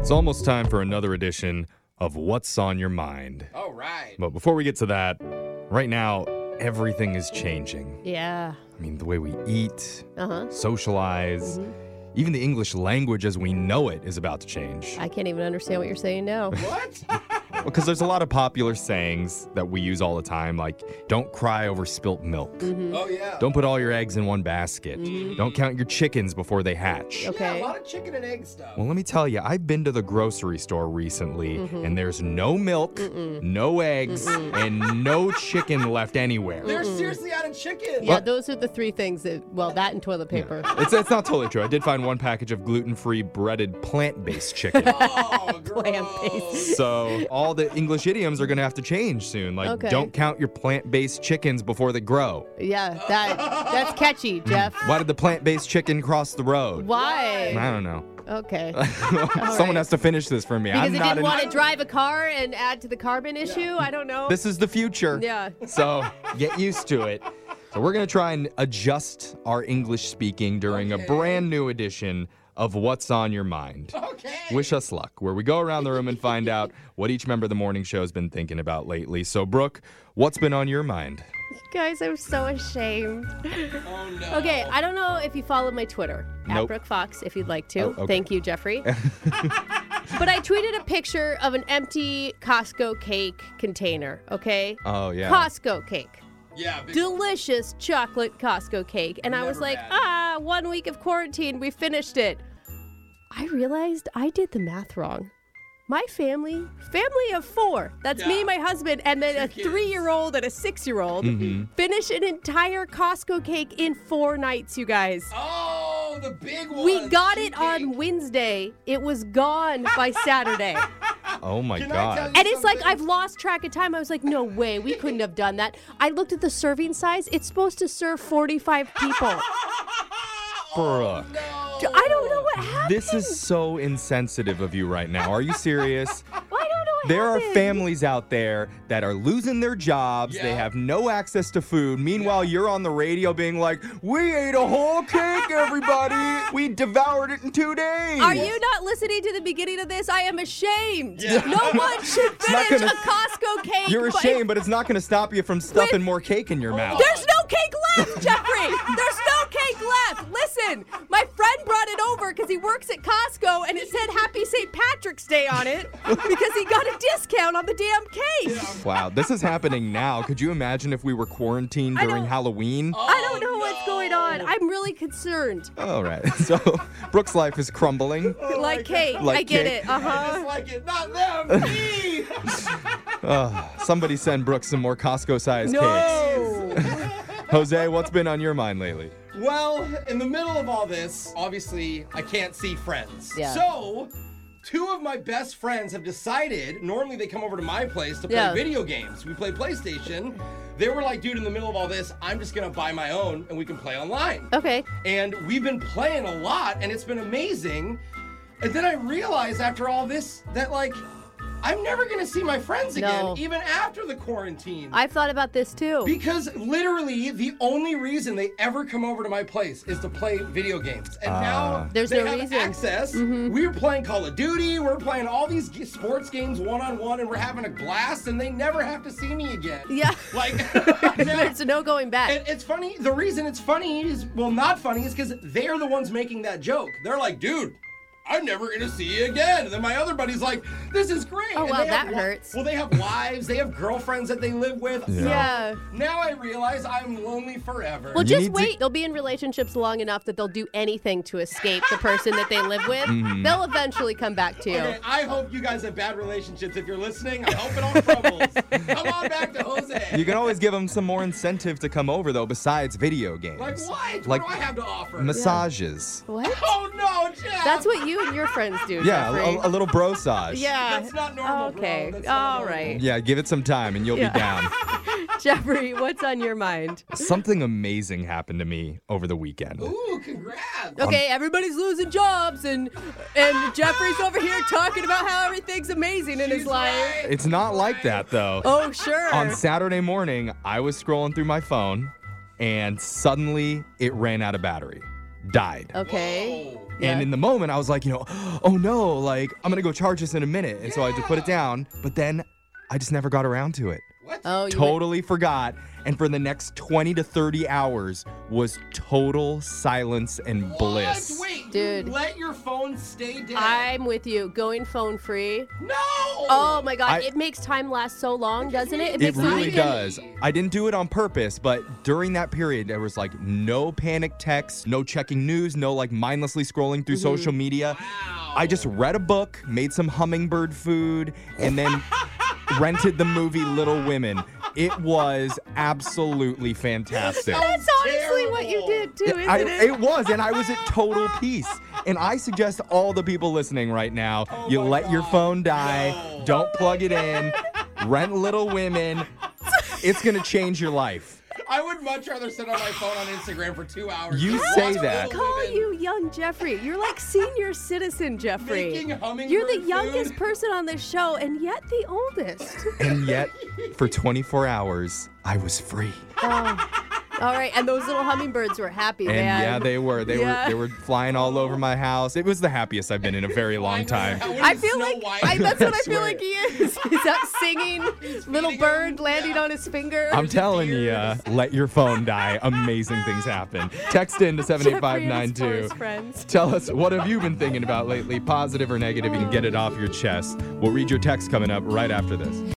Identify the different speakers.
Speaker 1: It's almost time for another edition of What's on Your Mind.
Speaker 2: All right.
Speaker 1: But before we get to that, right now, everything is changing.
Speaker 3: Yeah.
Speaker 1: I mean, the way we eat,
Speaker 3: Uh huh.
Speaker 1: socialize, even the English language as we know it is about to change.
Speaker 3: I can't even understand what you're saying now.
Speaker 2: What?
Speaker 1: Mm-hmm. Because there's a lot of popular sayings that we use all the time, like don't cry over spilt milk.
Speaker 2: oh yeah.
Speaker 1: Don't put all your eggs in one basket. Don't count your chickens before they hatch.
Speaker 3: Okay.
Speaker 2: Yeah, a lot of chicken and egg stuff.
Speaker 1: Well, let me tell you, I've been to the grocery store recently,
Speaker 3: Mm-hmm.
Speaker 1: and there's no milk, no eggs, and no chicken left anywhere.
Speaker 2: They're seriously out of chicken.
Speaker 3: Mm-hmm. Yeah, those are the three things that, well, that and toilet paper.
Speaker 1: It's, it's not totally true. I did find one package of gluten free breaded plant based chicken.
Speaker 2: Oh,
Speaker 3: Plant-based.
Speaker 2: gross.
Speaker 1: So, all the English idioms are going to have to change soon. Like,
Speaker 3: Okay.
Speaker 1: don't count your plant based chickens before they grow.
Speaker 3: Yeah, that that's catchy, Jeff.
Speaker 1: Why did the plant based chicken cross the road?
Speaker 3: Why?
Speaker 1: I don't know.
Speaker 3: Okay.
Speaker 1: Someone has to finish this for me.
Speaker 3: Because
Speaker 1: I'm
Speaker 3: it
Speaker 1: not
Speaker 3: didn't
Speaker 1: an-
Speaker 3: want to drive a car and add to the carbon issue. I don't know.
Speaker 1: This is the future.
Speaker 3: Yeah.
Speaker 1: So get used to it. So we're going to try and adjust our English speaking during a brand new edition of What's on Your Mind.
Speaker 2: Okay.
Speaker 1: Wish us luck, where we go around the room and find out what each member of the morning show has been thinking about lately. So, Brooke, what's been on your mind?
Speaker 3: Guys, I'm so ashamed.
Speaker 2: Oh no.
Speaker 3: Okay, I don't know if you follow my Twitter,
Speaker 1: Nope. Oh,
Speaker 3: at Brooke Fox, if you'd like to.
Speaker 1: okay.
Speaker 3: Thank you, Jeffrey. but I tweeted a picture of an empty Costco cake container, okay?
Speaker 1: Oh, yeah.
Speaker 3: Costco cake.
Speaker 2: Yeah. Big,
Speaker 3: Delicious chocolate Costco cake. And I was
Speaker 2: Never
Speaker 3: like,
Speaker 2: bad.
Speaker 3: ah, one week of quarantine, we finished it. I realized I did the math wrong. My family, family of four, that's me,
Speaker 2: Yeah.
Speaker 3: my husband, and then a
Speaker 2: kids.
Speaker 3: three year old and a six year old, finish an entire Costco cake in four nights, you guys.
Speaker 2: oh, the big one.
Speaker 3: We got it on
Speaker 2: Cheesecake.
Speaker 3: Wednesday. It was gone by Saturday.
Speaker 1: Oh, my
Speaker 2: Can I
Speaker 1: God.
Speaker 2: tell you-
Speaker 3: And it's like
Speaker 2: Something.
Speaker 3: I've lost track of time. I was like, no way, we couldn't have done that. I looked at the serving size. It's supposed to serve 45 people.
Speaker 2: Oh,
Speaker 1: Brooke.
Speaker 3: D- I don't know what happened.
Speaker 1: This is so insensitive of you right now. Are you serious?
Speaker 3: Well, I don't know what
Speaker 1: There are
Speaker 3: happened.
Speaker 1: families out there that are losing their jobs. They
Speaker 2: Yeah.
Speaker 1: have no access to food. Meanwhile, you're on the radio being like, "We ate a whole cake, everybody. We devoured it in two days."
Speaker 3: Are you not listening to the beginning of this? I am ashamed.
Speaker 2: Yeah.
Speaker 3: No one should
Speaker 1: not
Speaker 3: finish
Speaker 1: gonna-
Speaker 3: a Costco cake.
Speaker 1: You're
Speaker 3: but-
Speaker 1: ashamed, but it's not going to stop you from stuffing more cake in your mouth.
Speaker 3: There's no cake left, Jeffrey. There's no cake left. Listen, my friend brought it over because he works at Costco and it said Happy St. Patrick's Day on it because he got a discount on the damn cake.
Speaker 1: Wow, this is happening now. Could you imagine if we were quarantined
Speaker 3: I
Speaker 1: during
Speaker 3: don't-
Speaker 1: Halloween?
Speaker 3: I don't know
Speaker 2: Oh,
Speaker 3: what's going on.
Speaker 2: no.
Speaker 3: I'm really concerned.
Speaker 1: All right. So, Brooke's life is crumbling.
Speaker 2: Oh,
Speaker 3: like cake.
Speaker 1: Like
Speaker 3: I get
Speaker 1: cake.
Speaker 3: it. Uh
Speaker 2: I
Speaker 3: huh.
Speaker 2: just like it. Not them. Me.
Speaker 1: Somebody send Brooke some more Costco-sized
Speaker 3: No.
Speaker 1: cakes. Jose, what's been on your mind lately?
Speaker 2: Well, in the middle of all this, obviously, I can't see friends.
Speaker 3: Yeah.
Speaker 2: So, two of my best friends have decided, normally they come over to my place to play
Speaker 3: Yeah.
Speaker 2: video games. We play PlayStation. They were like, dude, in the middle of all this, I'm just going to buy my own and we can play online.
Speaker 3: okay.
Speaker 2: And we've been playing a lot and it's been amazing. And then I realized after all this that, like, I'm never going to see my friends again,
Speaker 3: No.
Speaker 2: even after the quarantine.
Speaker 3: I've thought about this too.
Speaker 2: Because literally, the only reason they ever come over to my place is to play video games. And now
Speaker 3: There's
Speaker 2: they
Speaker 3: no
Speaker 2: have
Speaker 3: reason. Mm-hmm.
Speaker 2: access. We were playing Call of Duty. We're playing all these g- sports games one on one, and we're having a blast. And they never have to see me again.
Speaker 3: Yeah.
Speaker 2: Like,
Speaker 3: There's no going back.
Speaker 2: and it's funny. The reason it's funny is well, not funny is because they are the ones making that joke. They're like, dude. I'm never gonna see you again. And then my other buddy's like, "This is great."
Speaker 3: Oh,
Speaker 2: And
Speaker 3: wow,
Speaker 2: they have
Speaker 3: that
Speaker 2: wi-
Speaker 3: hurts.
Speaker 2: Well, they have wives, they have girlfriends that they live with. So
Speaker 3: Yeah.
Speaker 2: now I realize I'm lonely forever.
Speaker 3: Well, just
Speaker 1: need to-
Speaker 3: wait. They'll be in relationships long enough that they'll do anything to escape the person that they live with.
Speaker 1: Mm-hmm.
Speaker 3: They'll eventually come back to you.
Speaker 2: Okay, I hope you guys have bad relationships. If you're listening, I hope it all crumbles. Come on back to Jose.
Speaker 1: You can always give them some more incentive to come over though, besides video games.
Speaker 2: like what?
Speaker 1: Like
Speaker 2: what do I have to offer?
Speaker 1: massages.
Speaker 3: What?
Speaker 2: oh no, Jeff.
Speaker 3: That's what you and your friends do.
Speaker 1: Yeah,
Speaker 3: Jeffrey.
Speaker 1: a, a little brosage.
Speaker 3: yeah.
Speaker 2: That's not normal, bro.
Speaker 3: Okay.
Speaker 2: That's not
Speaker 3: All
Speaker 2: normal.
Speaker 3: right.
Speaker 1: Yeah, give it some time and you'll
Speaker 3: Yeah.
Speaker 1: be down.
Speaker 3: Jeffrey, what's on your mind?
Speaker 1: Something amazing happened to me over the weekend.
Speaker 2: Ooh, congrats.
Speaker 3: Okay, everybody's losing jobs, and and Jeffrey's over here talking about how everything's amazing in his
Speaker 2: He's
Speaker 3: life.
Speaker 2: right.
Speaker 1: It's not like that though.
Speaker 3: Oh, sure.
Speaker 1: On Saturday morning, I was scrolling through my phone and suddenly it ran out of battery. Died.
Speaker 3: okay.
Speaker 2: Whoa.
Speaker 1: And in the moment, I was like, you know, oh no, like I'm gonna go charge this in a minute, and so I had to put it down. But then, I just never got around to it.
Speaker 2: What?
Speaker 3: Oh, you went-
Speaker 1: Totally forgot. And for the next 20 to 30 hours was total silence and bliss.
Speaker 2: What? Wait,
Speaker 3: Dude.
Speaker 2: You let your phone stay dead.
Speaker 3: I'm with you. Going phone free.
Speaker 2: No.
Speaker 3: Oh my god,
Speaker 1: I-
Speaker 3: it makes time last so long, doesn't it?
Speaker 1: It
Speaker 3: makes me
Speaker 1: really
Speaker 3: think-
Speaker 1: does. I didn't do it on purpose, but during that period, there was like no panic texts, no checking news, no like mindlessly scrolling through
Speaker 3: Mm-hmm.
Speaker 1: social media.
Speaker 2: Wow.
Speaker 1: I just read a book, made some hummingbird food, and then rented the movie Little Women. It was absolutely fantastic.
Speaker 3: That's honestly what you did too, isn't
Speaker 1: I-
Speaker 3: it?
Speaker 1: it was, and I was at total peace. And I suggest all the people listening right now,
Speaker 3: Oh
Speaker 1: you
Speaker 2: my
Speaker 1: let your
Speaker 2: God.
Speaker 1: phone die,
Speaker 2: No.
Speaker 1: don't plug it in, rent Little Women. It's gonna change your life.
Speaker 2: I would much rather sit on my phone on Instagram for two hours.
Speaker 1: You
Speaker 2: Just
Speaker 1: say
Speaker 2: watch
Speaker 1: that.
Speaker 2: Little
Speaker 3: Call
Speaker 2: Women.
Speaker 3: you young Jeffrey. You're like senior citizen Jeffrey.
Speaker 2: Making hummingbird
Speaker 3: You're the
Speaker 2: food.
Speaker 3: youngest person on this show and yet the oldest.
Speaker 1: And yet, for 24 hours, I was free.
Speaker 3: All right, and those little hummingbirds were happy,
Speaker 1: And
Speaker 3: man.
Speaker 1: yeah, they were. They
Speaker 3: Yeah.
Speaker 1: were they were flying all over my house. It was the happiest I've been in a very long time.
Speaker 2: That would've
Speaker 3: I
Speaker 2: been
Speaker 3: feel
Speaker 2: Snow
Speaker 3: like
Speaker 2: White.
Speaker 3: I, that's what I,
Speaker 1: I swear.
Speaker 3: feel like he is. He's up singing, little
Speaker 2: feeding
Speaker 3: bird
Speaker 2: him,
Speaker 3: landing
Speaker 2: yeah.
Speaker 3: on his finger.
Speaker 1: I'm telling you, uh, let your phone die. Amazing things happen. Text in to
Speaker 3: Jeffrey and his
Speaker 1: 78592.
Speaker 3: forest friends.
Speaker 1: Tell us what have you been thinking about lately, positive or negative, you can get it off your chest. We'll read your text coming up right after this.